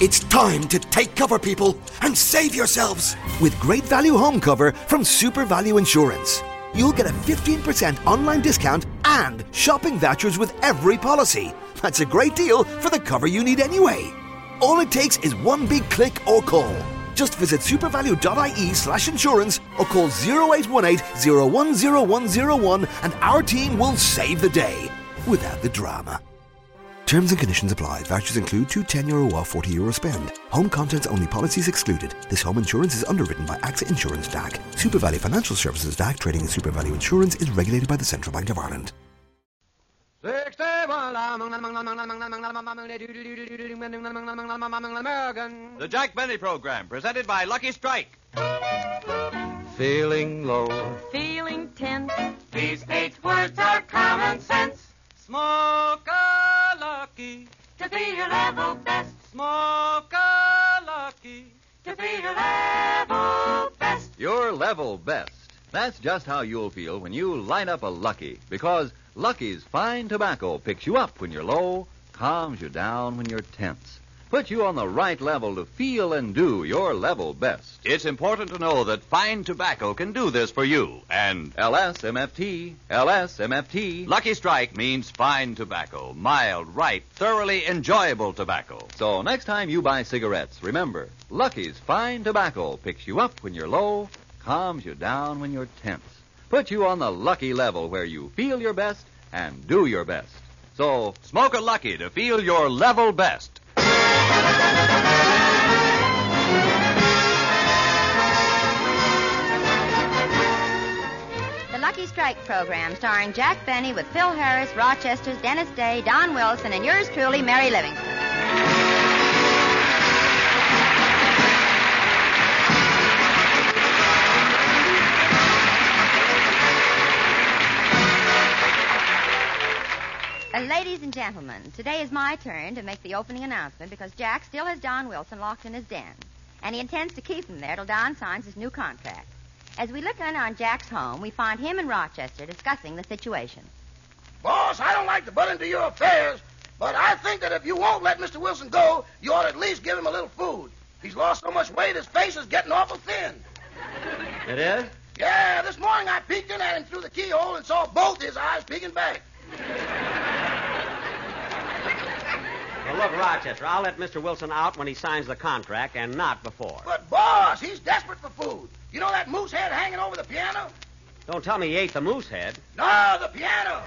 It's time to take cover, people, and save yourselves. With great value home cover from Super Value Insurance. You'll get a 15% online discount and shopping vouchers with every policy. That's a great deal for the cover you need anyway. All it takes is one big click or call. Just visit supervalue.ie slash insurance or call 0818 010101 and our team will save the day without the drama. Terms and conditions apply. Vouchers include two 10 euro off 40 euro spend. Home contents only policies excluded. This home insurance is underwritten by AXA Insurance DAC. SuperValue Financial Services DAC trading in SuperValue Insurance is regulated by the Central Bank of Ireland. The Jack Benny Program, presented by Lucky Strike. Feeling low. Feeling tense. These eight words are common sense. Smoke a lucky To be your level best. Smoke a lucky. To be your level best. Your level best. That's just how you'll feel when you light up a Lucky, because Lucky's fine tobacco picks you up when you're low, calms you down when you're tense, puts you on the right level to feel and do your level best. It's important to know that fine tobacco can do this for you. And LSMFT, LSMFT. Lucky Strike means fine tobacco, mild, ripe, thoroughly enjoyable tobacco. So next time you buy cigarettes, remember, Lucky's fine tobacco picks you up when you're low, calms you down when you're tense, puts you on the lucky level where you feel your best and do your best. So, smoke a lucky to feel your level best. The Lucky Strike program, starring Jack Benny with Phil Harris, Rochester's Dennis Day, Don Wilson, and yours truly, Mary Livingston. Uh, ladies and gentlemen, today is my turn to make the opening announcement because Jack still has Don Wilson locked in his den, and he intends to keep him there till Don signs his new contract. As we look in on Jack's home, we find him and Rochester discussing the situation. Boss, I don't like to butt into your affairs, but I think that if you won't let Mr. Wilson go, you ought to at least give him a little food. He's lost so much weight, his face is getting awful thin. It is? Yeah, this morning I peeked in at him through the keyhole and saw both his eyes peeking back. Well, look, Rochester, I'll let Mr. Wilson out when he signs the contract and not before. But, boss, he's desperate for food. You know that moose head hanging over the piano? Don't tell me he ate the moose head. No, the piano.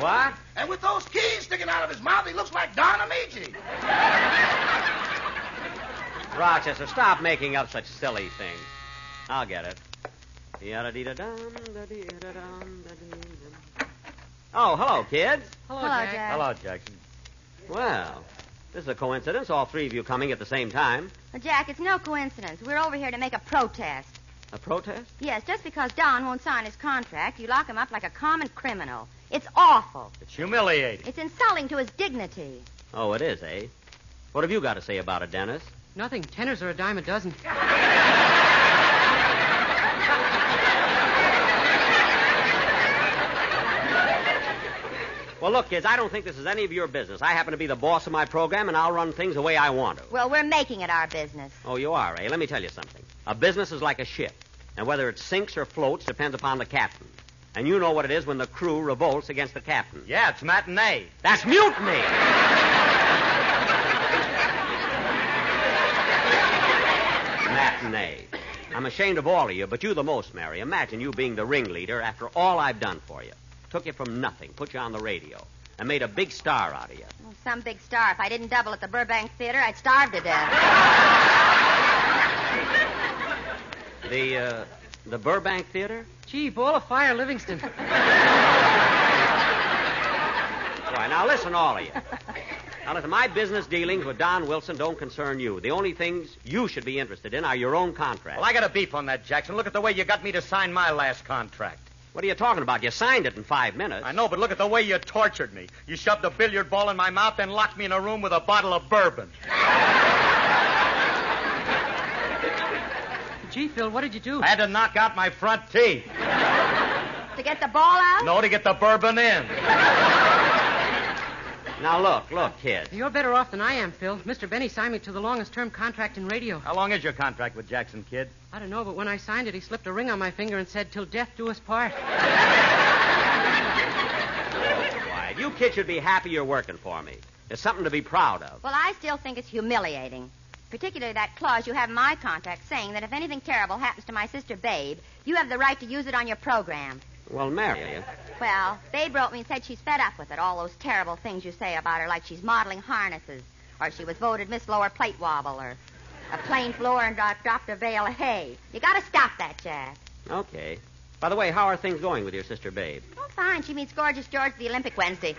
What? And with those keys sticking out of his mouth, he looks like Don Amici. Rochester, stop making up such silly things. I'll get it. Yadda-dee-da-dum, da-dee-da-dum, da-dee-dum. Oh, hello, kids. Hello, Hello, Jack. Jack. Hello, Jackson. Well, this is a coincidence, all three of you coming at the same time. Now, Jack, it's no coincidence. We're over here to make a protest. A protest? Yes, just because Don won't sign his contract, you lock him up like a common criminal. It's awful. It's humiliating. It's insulting to his dignity. Oh, it is, eh? What have you got to say about it, Dennis? Nothing. Tenors are a dime a dozen. Well, look, kids, I don't think this is any of your business. I happen to be the boss of my program, and I'll run things the way I want to. Well, we're making it our business. Oh, you are, eh? Let me tell you something. A business is like a ship, and whether it sinks or floats depends upon the captain. And you know what it is when the crew revolts against the captain. Yeah, it's matinee. That's mutiny! matinee. I'm ashamed of all of you, but you the most, Mary. Imagine you being the ringleader after all I've done for you. Took you from nothing, put you on the radio, and made a big star out of you. Well, Some big star. If I didn't double at the Burbank Theater, I'd starve to death. The, uh, the Burbank Theater? Gee, ball of fire, Livingston. Why, now listen, all of you. Now listen, my business dealings with Don Wilson don't concern you. The only things you should be interested in are your own contract. Well, I got a beef on that, Jackson. Look at the way you got me to sign my last contract. What are you talking about? You signed it in five minutes. I know, but look at the way you tortured me. You shoved a billiard ball in my mouth, then locked me in a room with a bottle of bourbon. Gee, Phil, what did you do? I had to knock out my front teeth. to get the ball out? No, to get the bourbon in. Now look, look, kid. You're better off than I am, Phil. Mr. Benny signed me to the longest term contract in radio. How long is your contract with Jackson, kid? I don't know, but when I signed it, he slipped a ring on my finger and said, Till death do us part. Why, you kids should be happy you're working for me. There's something to be proud of. Well, I still think it's humiliating. Particularly that clause you have in my contract saying that if anything terrible happens to my sister Babe, you have the right to use it on your program. Well, Mary, eh? Well, Babe wrote me and said she's fed up with it, all those terrible things you say about her, like she's modeling harnesses, or she was voted Miss Lower Plate Wobble, or a plain floor and dro- dropped a bale of hay. You gotta stop that, Jack. Okay. By the way, how are things going with your sister, Babe? Oh, fine. She meets Gorgeous George at the Olympic Wednesday.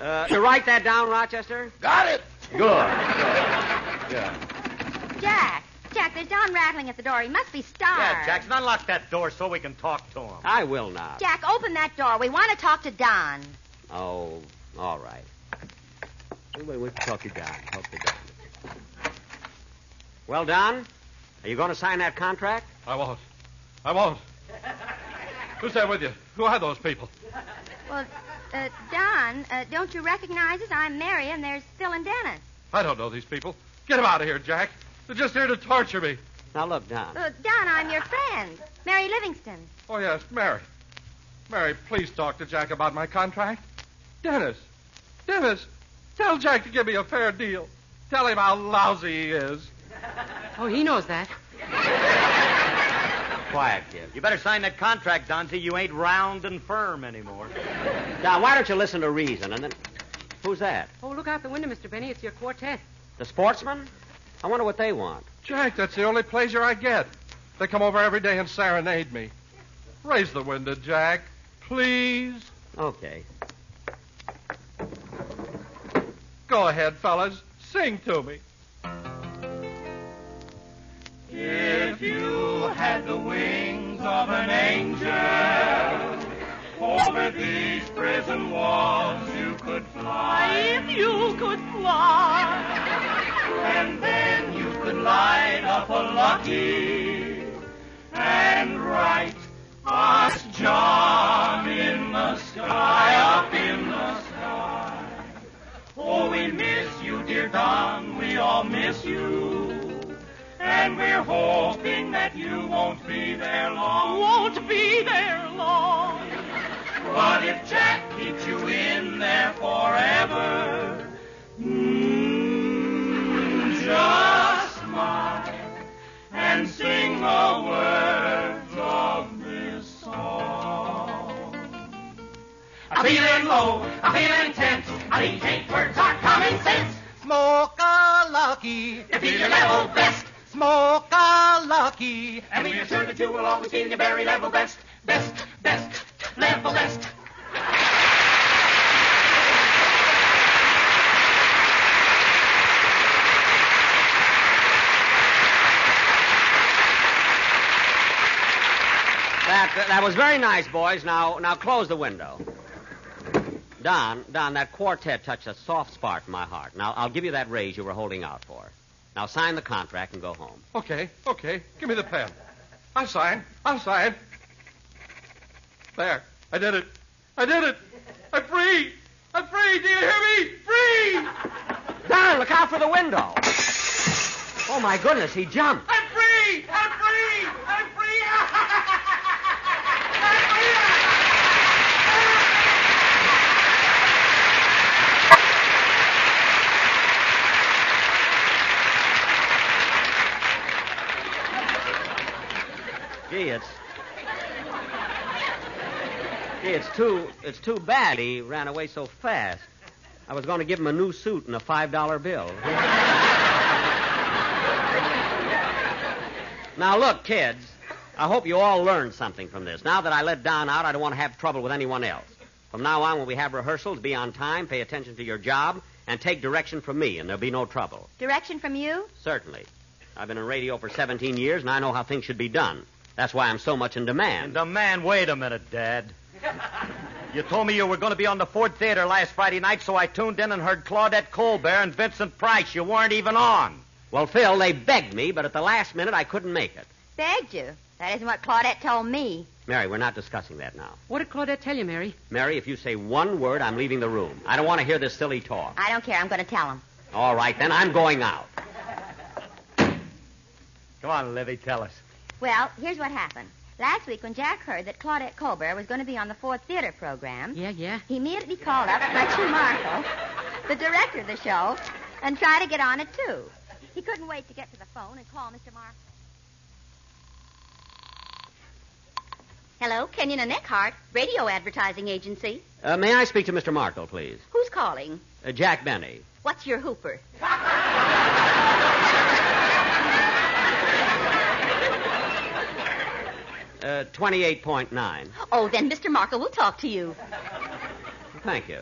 Uh, you write that down, Rochester? Got it? Good. Jack, Jack, there's Don rattling at the door. He must be starved. Yeah, Jackson, unlock that door so we can talk to him. I will not. Jack, open that door. We want to talk to Don. Oh, all right. Anyway, we'll talk to Don. Talk to Don. Well, Don, are you going to sign that contract? I won't. I won't. Who's there with you? Who are those people? Well, uh, Don, uh, don't you recognize us? I'm Mary, and there's Phil and Dennis. I don't know these people. Get them out of here, Jack. They're just here to torture me. Now, look, Don. Uh, Don, I'm your friend, Mary Livingston. Oh, yes, Mary. Mary, please talk to Jack about my contract. Dennis. Dennis, tell Jack to give me a fair deal. Tell him how lousy he is. Oh, he knows that. Quiet, kid. You better sign that contract, Donzie. You ain't round and firm anymore. Don, why don't you listen to reason and then. Who's that? Oh, look out the window, Mr. Benny. It's your quartet. The sportsman? I wonder what they want. Jack, that's the only pleasure I get. They come over every day and serenade me. Raise the window, Jack. Please. Okay. Go ahead, fellas. Sing to me. If you had the wings of an angel, over these prison walls you could fly. If you could fly. And then you could light up a lucky and write us John in the sky, up in the sky. Oh, we miss you, dear Don, we all miss you. And we're hoping that you won't be there long. Won't be there long. But if Jack keeps you in there forever, mm, just smile and sing the words of this song. I'm feeling low, I'm feeling tense, I think eight words are common sense. Smoke a lucky. To be your level best. Smoke a lucky. And we are sure that you will always be in your very level best. Best, best, level best. That, that, was very nice, boys. Now, now close the window. Don, Don, that quartet touched a soft spot in my heart. Now, I'll give you that raise you were holding out for. Now, sign the contract and go home. Okay, okay. Give me the pen. I'll sign. I'll sign. There. I did it. I did it. I'm free. I'm free. Do you hear me? Free. Don, look out for the window. Oh, my goodness, he jumped. I'm free. I'm free. I'm free. Gee, it's. Gee, it's too. It's too bad he ran away so fast. I was going to give him a new suit and a five dollar bill. now look, kids. I hope you all learned something from this. Now that I let Don out, I don't want to have trouble with anyone else. From now on, when we have rehearsals, be on time, pay attention to your job, and take direction from me, and there'll be no trouble. Direction from you? Certainly. I've been in radio for 17 years, and I know how things should be done. That's why I'm so much in demand. And the man, wait a minute, Dad. You told me you were going to be on the Ford Theater last Friday night, so I tuned in and heard Claudette Colbert and Vincent Price. You weren't even on. Well, Phil, they begged me, but at the last minute I couldn't make it. Begged you. That isn't what Claudette told me. Mary, we're not discussing that now. What did Claudette tell you, Mary? Mary, if you say one word, I'm leaving the room. I don't want to hear this silly talk. I don't care. I'm going to tell him. All right, then I'm going out. Come on, Livy, tell us. Well, here's what happened. Last week, when Jack heard that Claudette Colbert was going to be on the Ford Theater program, yeah, yeah, he immediately called up Fletcher Markle, the director of the show, and tried to get on it too. He couldn't wait to get to the phone and call Mr. Markle. Hello, Kenyon and Eckhart, radio advertising agency. Uh, may I speak to Mr. Markle, please? Who's calling? Uh, Jack Benny. What's your hooper? Uh, 28.9. Oh, then Mr. Markle will talk to you. Thank you.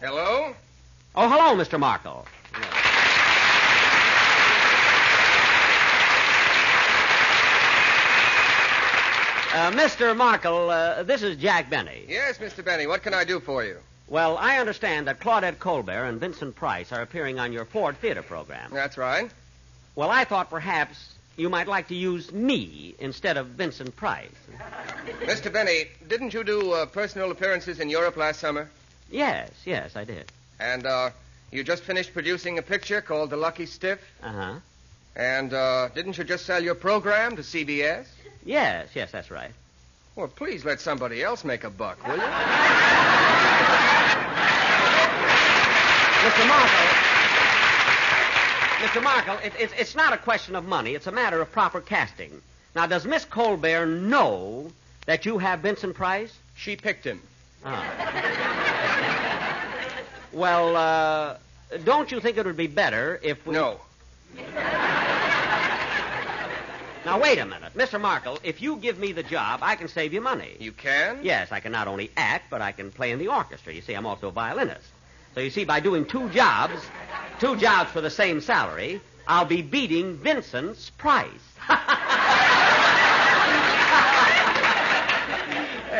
Hello? Oh, hello, Mr. Markle. Uh, Mr. Markle, uh, this is Jack Benny. Yes, Mr. Benny, what can I do for you? Well, I understand that Claudette Colbert and Vincent Price are appearing on your Ford Theater program. That's right. Well, I thought perhaps you might like to use me instead of Vincent Price. Mr. Benny, didn't you do uh, personal appearances in Europe last summer? Yes, yes, I did. And uh, you just finished producing a picture called The Lucky Stiff? Uh huh. And uh, didn't you just sell your program to CBS? Yes, yes, that's right. Well, please let somebody else make a buck, will you? Mr. Markle. Mr. Markle, it, it's, it's not a question of money. It's a matter of proper casting. Now, does Miss Colbert know that you have Vincent Price? Ah. She picked him. Well, uh, don't you think it would be better if we. No. Now, wait a minute. Mr. Markle, if you give me the job, I can save you money. You can? Yes, I can not only act, but I can play in the orchestra. You see, I'm also a violinist. So you see, by doing two jobs, two jobs for the same salary, I'll be beating Vincent's price. hey,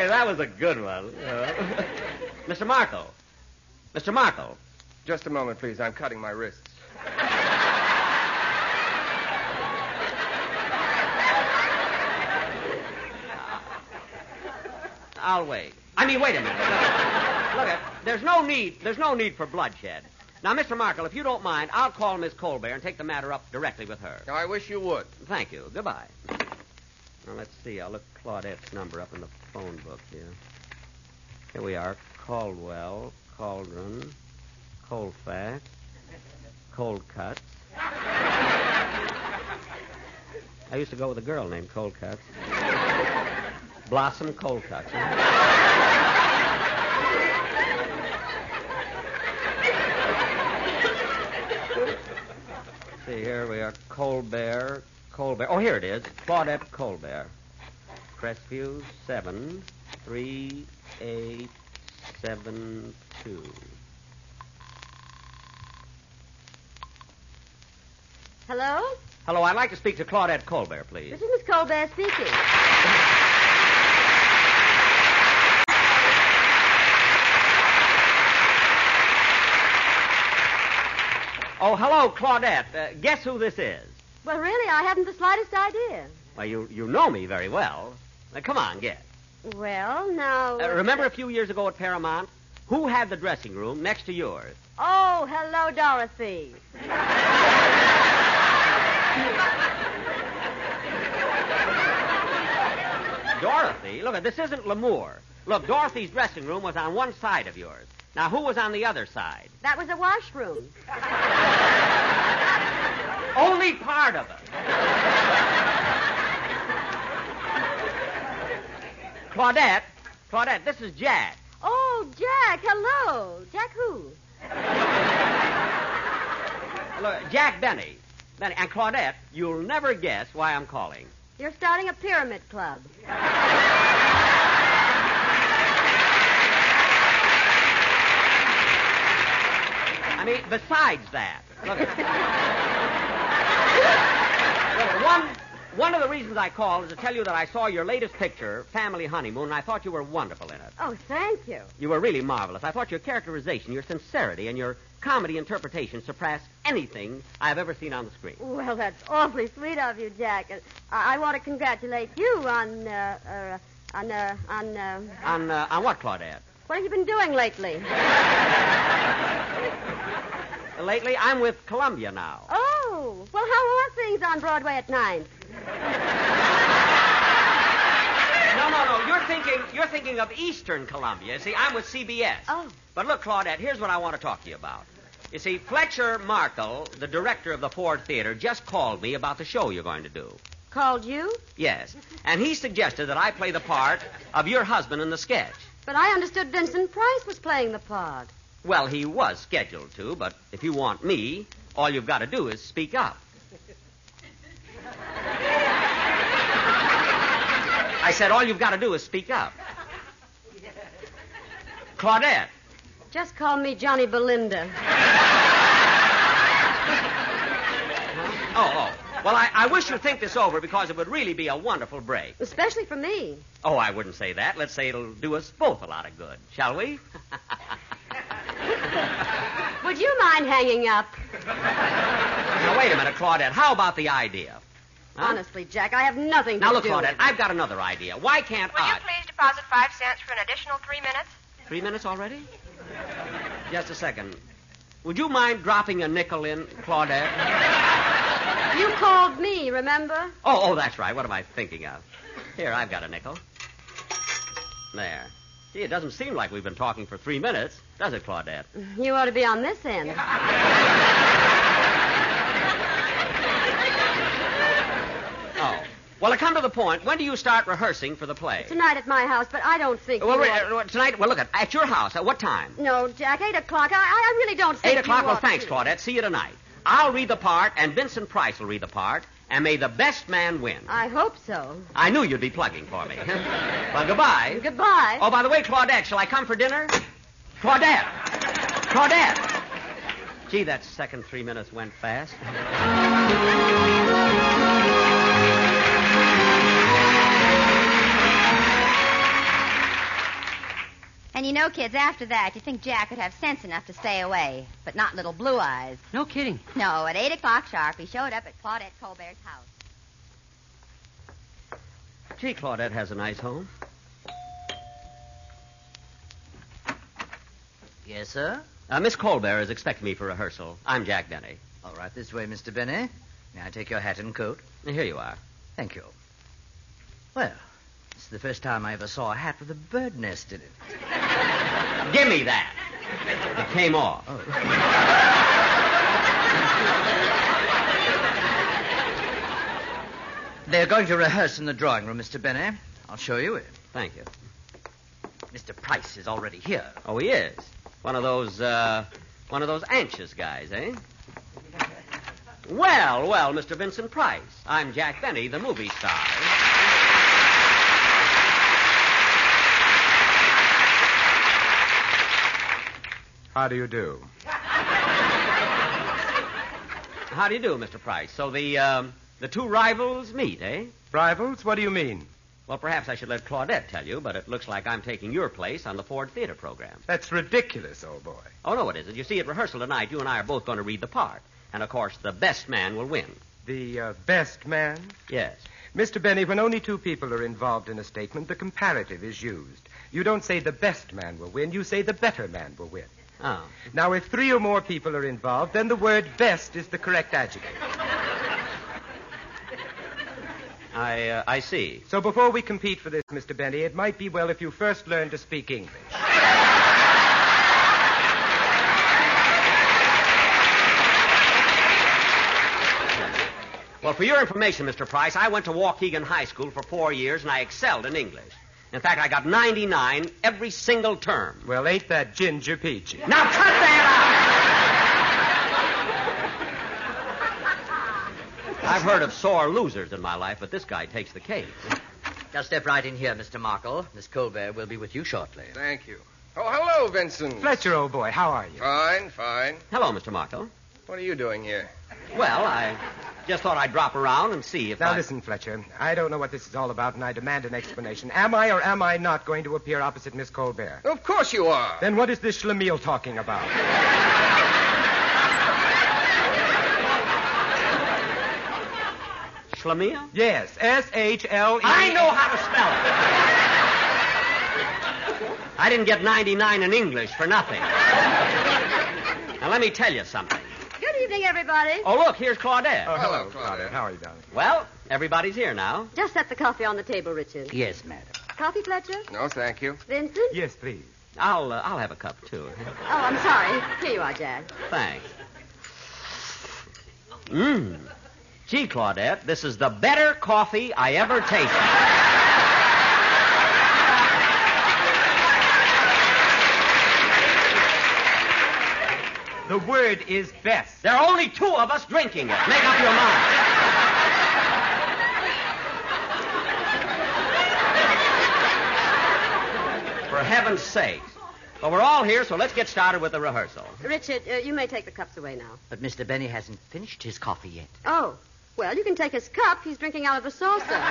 that was a good one. Uh, Mr. Markle. Mr. Markle. Just a moment, please. I'm cutting my wrists. I'll wait. I mean, wait a minute. Look, look at, there's no need. There's no need for bloodshed. Now, Mr. Markle, if you don't mind, I'll call Miss Colbert and take the matter up directly with her. I wish you would. Thank you. Goodbye. Now let's see. I'll look Claudette's number up in the phone book here. Here we are. Caldwell, Cauldron, Colfax, Coldcuts. I used to go with a girl named Coldcuts. Blossom Coldcuts. See, here we are. Colbert, Colbert. Oh, here it is. Claudette Colbert. Crestview, 7, 3, 8, 7, 2. Hello? Hello, I'd like to speak to Claudette Colbert, please. This is Miss Colbert speaking. Oh, hello, Claudette. Uh, guess who this is? Well, really, I haven't the slightest idea. Well, you, you know me very well. Now, come on, guess. Well, now. Uh, remember a few years ago at Paramount? Who had the dressing room next to yours? Oh, hello, Dorothy. Dorothy? Look, this isn't Lemoore. Look, Dorothy's dressing room was on one side of yours. Now, who was on the other side? That was a washroom. Only part of it. Claudette, Claudette, this is Jack. Oh, Jack, hello. Jack who? Look, Jack Benny. Benny. And Claudette, you'll never guess why I'm calling. You're starting a pyramid club. I mean, besides that, look, look, one one of the reasons I called is to tell you that I saw your latest picture, Family Honeymoon, and I thought you were wonderful in it. Oh, thank you. You were really marvelous. I thought your characterization, your sincerity, and your comedy interpretation surpassed anything I've ever seen on the screen. Well, that's awfully sweet of you, Jack. Uh, I, I want to congratulate you on uh, uh, On, uh, on, uh, On, uh, on what, Claudette? what have you been doing lately? Lately, I'm with Columbia now. Oh, well, how are things on Broadway at night? No, no, no. You're thinking you're thinking of Eastern Columbia. See, I'm with CBS. Oh. But look, Claudette, here's what I want to talk to you about. You see, Fletcher Markle, the director of the Ford Theater, just called me about the show you're going to do. Called you? Yes. And he suggested that I play the part of your husband in the sketch. But I understood Vincent Price was playing the part. Well, he was scheduled to, but if you want me, all you've got to do is speak up. I said, all you've got to do is speak up. Claudette, Just call me Johnny Belinda. Oh, oh. Well, I, I wish you'd think this over because it would really be a wonderful break. Especially for me. Oh, I wouldn't say that. Let's say it'll do us both a lot of good, shall we? Would you mind hanging up? Now, wait a minute, Claudette. How about the idea? Huh? Honestly, Jack, I have nothing Now, to look, do Claudette, with it. I've got another idea. Why can't Will I? you please deposit five cents for an additional three minutes? Three minutes already? Just a second. Would you mind dropping a nickel in, Claudette? You called me, remember? Oh, oh, that's right. What am I thinking of? Here, I've got a nickel. There. Gee, it doesn't seem like we've been talking for three minutes, does it, Claudette? You ought to be on this end. Oh. Well, to come to the point, when do you start rehearsing for the play? Tonight at my house, but I don't think Well, you re- ought- uh, tonight. Well, look at at your house. At what time? No, Jack, eight o'clock. I, I really don't think Eight o'clock. you Well, ought to. thanks, Claudette. See you tonight. I'll read the part, and Vincent Price will read the part, and may the best man win. I hope so. I knew you'd be plugging for me. well, goodbye. Goodbye. Oh, by the way, Claudette, shall I come for dinner? Claudette! Claudette! Gee, that second three minutes went fast. And you know, kids, after that, you think Jack would have sense enough to stay away, but not little Blue Eyes. No kidding. No, at 8 o'clock sharp, he showed up at Claudette Colbert's house. Gee, Claudette has a nice home. Yes, sir? Uh, Miss Colbert is expecting me for rehearsal. I'm Jack Benny. All right, this way, Mr. Benny. May I take your hat and coat? Here you are. Thank you. Well, it's the first time I ever saw a hat with a bird nest in it. Give me that. It came off. Oh, They're going to rehearse in the drawing room, Mr. Benny. I'll show you it. Thank you. Mr. Price is already here. Oh, he is. One of those, uh, one of those anxious guys, eh? Well, well, Mr. Vincent Price. I'm Jack Benny, the movie star. How do you do? How do you do, Mr. Price? So the, um, the two rivals meet, eh? Rivals? What do you mean? Well, perhaps I should let Claudette tell you, but it looks like I'm taking your place on the Ford Theater program. That's ridiculous, old boy. Oh, no, it isn't. You see, at rehearsal tonight, you and I are both going to read the part. And, of course, the best man will win. The uh, best man? Yes. Mr. Benny, when only two people are involved in a statement, the comparative is used. You don't say the best man will win, you say the better man will win. Oh. Now, if three or more people are involved, then the word best is the correct adjective. I, uh, I see. So before we compete for this, Mr. Benny, it might be well if you first learn to speak English. Well, for your information, Mr. Price, I went to Waukegan High School for four years, and I excelled in English. In fact, I got 99 every single term. Well, ain't that ginger peachy? Now, cut that out! I've heard of sore losers in my life, but this guy takes the cake. Just step right in here, Mr. Markle. Miss Colbert will be with you shortly. Thank you. Oh, hello, Vincent. Fletcher, old boy, how are you? Fine, fine. Hello, Mr. Markle. What are you doing here? Well, I just thought I'd drop around and see if Now, I... listen, Fletcher. I don't know what this is all about, and I demand an explanation. Am I or am I not going to appear opposite Miss Colbert? Of course you are. Then what is this Schlemiel talking about? Schlemiel? Yes, S H L E. I know how to spell it. I didn't get 99 in English for nothing. now, let me tell you something. Good evening, everybody. Oh, look, here's Claudette. Oh, hello, Claudette. How are you, darling? Well, everybody's here now. Just set the coffee on the table, Richard. Yes, madam. Coffee, Fletcher? No, thank you. Vincent? Yes, please. I'll, uh, I'll have a cup, too. Oh, I'm sorry. Here you are, Jack. Thanks. Mmm. Gee, Claudette, this is the better coffee I ever tasted. The word is best. There are only two of us drinking it. Make up your mind. For heaven's sake. But we're all here, so let's get started with the rehearsal. Richard, uh, you may take the cups away now. But Mr. Benny hasn't finished his coffee yet. Oh, well, you can take his cup. He's drinking out of the saucer.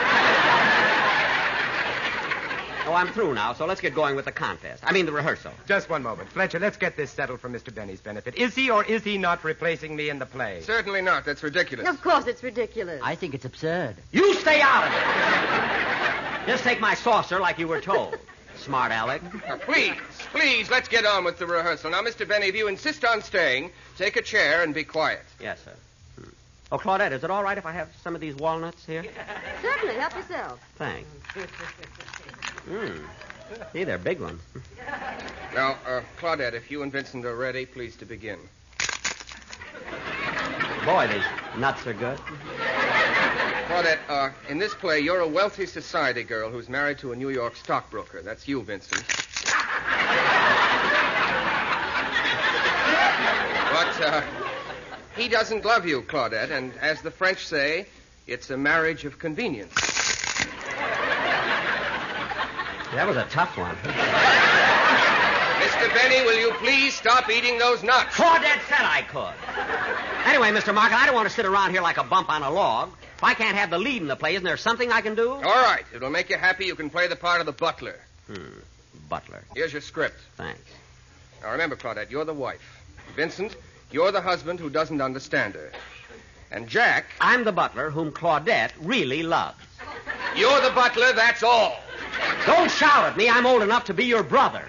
Oh, I'm through now, so let's get going with the contest. I mean, the rehearsal. Just one moment. Fletcher, let's get this settled for Mr. Benny's benefit. Is he or is he not replacing me in the play? Certainly not. That's ridiculous. Of course, it's ridiculous. I think it's absurd. You stay out of it. Just take my saucer like you were told. Smart Alec. Now, Uh, please, please, let's get on with the rehearsal. Now, Mr. Benny, if you insist on staying, take a chair and be quiet. Yes, sir. Oh, Claudette, is it all right if I have some of these walnuts here? Certainly, help yourself. Thanks. Mm. See, they're big ones. Now, uh, Claudette, if you and Vincent are ready, please to begin. Boy, these nuts are good. Claudette, uh, in this play, you're a wealthy society girl who's married to a New York stockbroker. That's you, Vincent. but uh, he doesn't love you, Claudette, and as the French say, it's a marriage of convenience. That was a tough one. Mr. Benny, will you please stop eating those nuts? Claudette said I could. Anyway, Mr. Market, I don't want to sit around here like a bump on a log. If I can't have the lead in the play, isn't there something I can do? All right, it'll make you happy. You can play the part of the butler. Hmm. Butler. Here's your script. Thanks. Now remember, Claudette, you're the wife. Vincent, you're the husband who doesn't understand her. And Jack, I'm the butler whom Claudette really loves. you're the butler, that's all. Don't shout at me. I'm old enough to be your brother.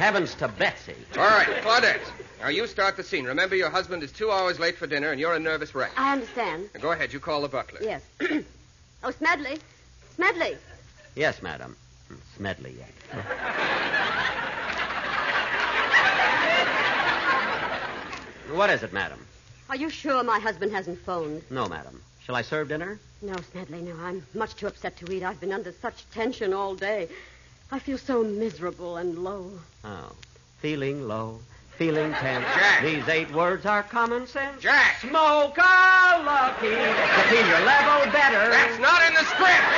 Heavens to Betsy. All right, Claudette. Now you start the scene. Remember, your husband is two hours late for dinner, and you're a nervous wreck. I understand. Now, go ahead, you call the butler. Yes. oh, Smedley. Smedley. Yes, madam. Hmm, Smedley, yes. what is it, madam? Are you sure my husband hasn't phoned? No, madam. Shall I serve dinner? No, Smedley, no. I'm much too upset to eat. I've been under such tension all day. I feel so miserable and low. Oh. Feeling low, feeling tense. Jack. These eight words are common sense. Jack. Smoke a lucky to feel your level better. That's not in the script.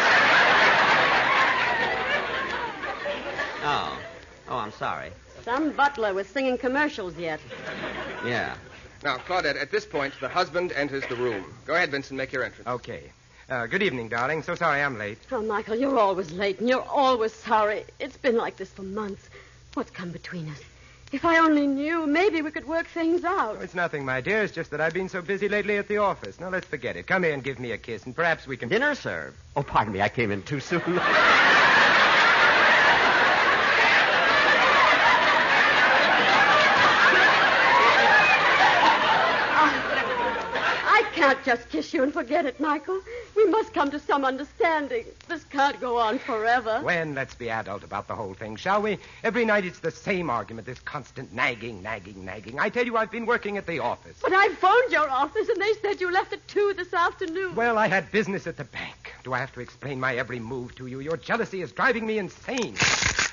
Oh. Oh, I'm sorry. Some butler was singing commercials yet. Yeah. Now, Claudette, at this point, the husband enters the room. Go ahead, Vincent, make your entrance. Okay. Uh, good evening, darling. So sorry I'm late. Oh, Michael, you're always late and you're always sorry. It's been like this for months. What's come between us? If I only knew, maybe we could work things out. Oh, it's nothing, my dear. It's just that I've been so busy lately at the office. Now, let's forget it. Come here and give me a kiss, and perhaps we can. Dinner served. Oh, pardon me, I came in too soon. I can't just kiss you and forget it, Michael. We must come to some understanding. This can't go on forever. When let's be adult about the whole thing, shall we? Every night it's the same argument, this constant nagging, nagging, nagging. I tell you, I've been working at the office. But I phoned your office and they said you left at two this afternoon. Well, I had business at the bank. Do I have to explain my every move to you? Your jealousy is driving me insane. See,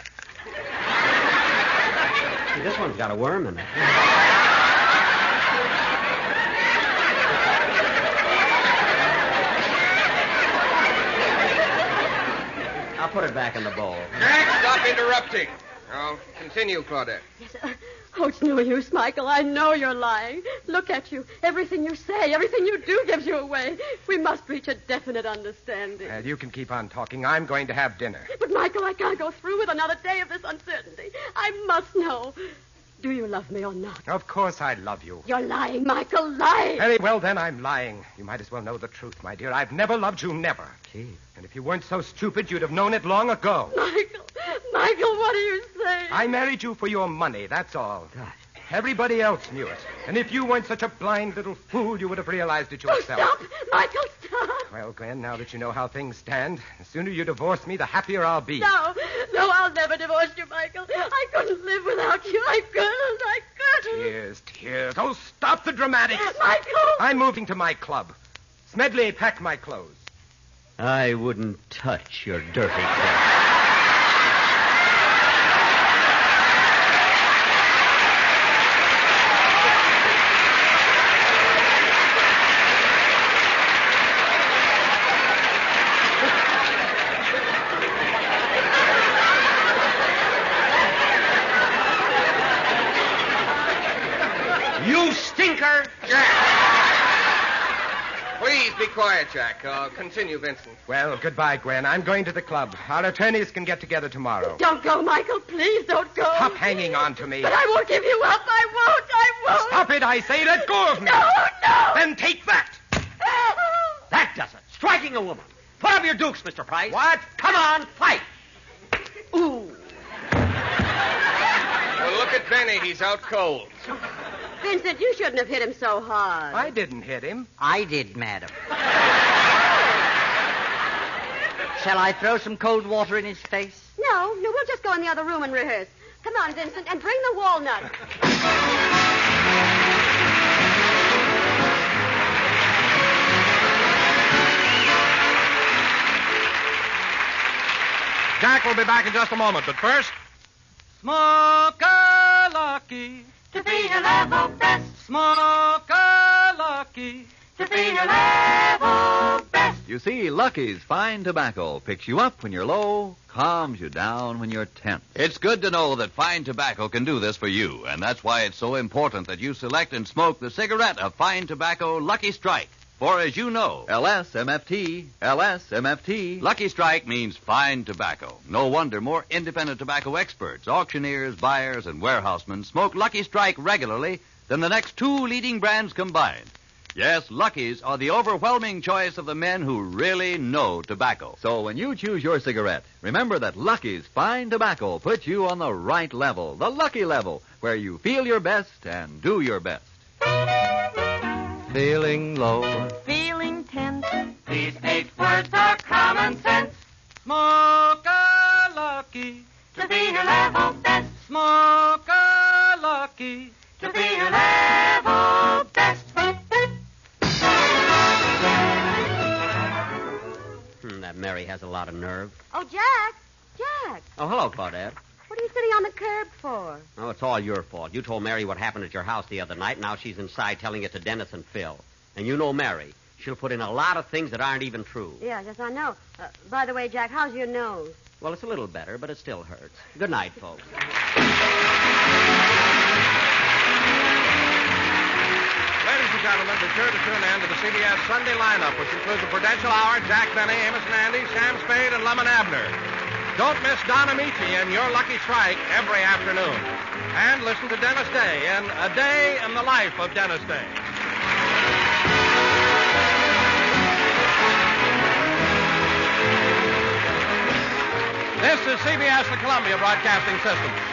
this one's got a worm in it. I'll put it back in the bowl. Jack, stop interrupting. Now, continue, Claudette. Yes, uh, oh, it's no use, Michael. I know you're lying. Look at you. Everything you say, everything you do gives you away. We must reach a definite understanding. Well, you can keep on talking. I'm going to have dinner. But, Michael, I can't go through with another day of this uncertainty. I must know. Do you love me or not? Of course I love you. You're lying, Michael, lying. Very well, then, I'm lying. You might as well know the truth, my dear. I've never loved you, never. Gee. And if you weren't so stupid, you'd have known it long ago. Michael, Michael, what are you saying? I married you for your money, that's all. Everybody else knew it. And if you weren't such a blind little fool, you would have realized it yourself. Stop, Michael, Oh, stop. Well, Gwen, now that you know how things stand, the sooner you divorce me, the happier I'll be. No, no, I'll never divorce you, Michael. I couldn't live without you. I couldn't. I couldn't. Tears, tears. Oh, stop the dramatics. Michael! I'm moving to my club. Smedley, pack my clothes. I wouldn't touch your dirty You stinker! Jack! Please be quiet, Jack. Uh, continue, Vincent. Well, goodbye, Gwen. I'm going to the club. Our attorneys can get together tomorrow. Don't go, Michael. Please don't go. Stop hanging on to me. But I won't give you up. I won't. I won't. Stop it, I say. Let go of me. No, no. Then take that. That does it. Striking a woman. Put up your dukes, Mr. Price. What? Come on, fight. Ooh. Well, look at Benny. He's out cold. Vincent, you shouldn't have hit him so hard. I didn't hit him. I did, madam. Shall I throw some cold water in his face? No, no, we'll just go in the other room and rehearse. Come on, Vincent, and bring the walnut. Jack will be back in just a moment, but first. Smoke a lucky. To be a level best. Smoke a lucky. To be a level best. You see, Lucky's fine tobacco picks you up when you're low, calms you down when you're tense. It's good to know that fine tobacco can do this for you, and that's why it's so important that you select and smoke the cigarette of fine tobacco Lucky Strike. For as you know, LSMFT, LSMFT. Lucky Strike means fine tobacco. No wonder more independent tobacco experts, auctioneers, buyers, and warehousemen smoke Lucky Strike regularly than the next two leading brands combined. Yes, Luckies are the overwhelming choice of the men who really know tobacco. So when you choose your cigarette, remember that Lucky's fine tobacco puts you on the right level, the lucky level, where you feel your best and do your best. Feeling low. Feeling tense. These eight words are common sense. Smoke a lucky. To be a level best. Smoke a lucky. To be a level best. Hmm, that Mary has a lot of nerve. Oh, Jack! Jack! Oh, hello, Claudette. What are you sitting on the curb for? Oh, it's all your fault. You told Mary what happened at your house the other night. Now she's inside telling it to Dennis and Phil. And you know Mary. She'll put in a lot of things that aren't even true. Yes, yes, I know. Uh, by the way, Jack, how's your nose? Well, it's a little better, but it still hurts. Good night, folks. Ladies and gentlemen, be sure to tune in to the CBS Sunday lineup, which includes the Prudential Hour, Jack Benny, Amos and Andy, Sam Spade, and Lemon Abner. Don't miss Don Amici in Your Lucky Strike every afternoon. And listen to Dennis Day in A Day in the Life of Dennis Day. This is CBS, the Columbia Broadcasting System.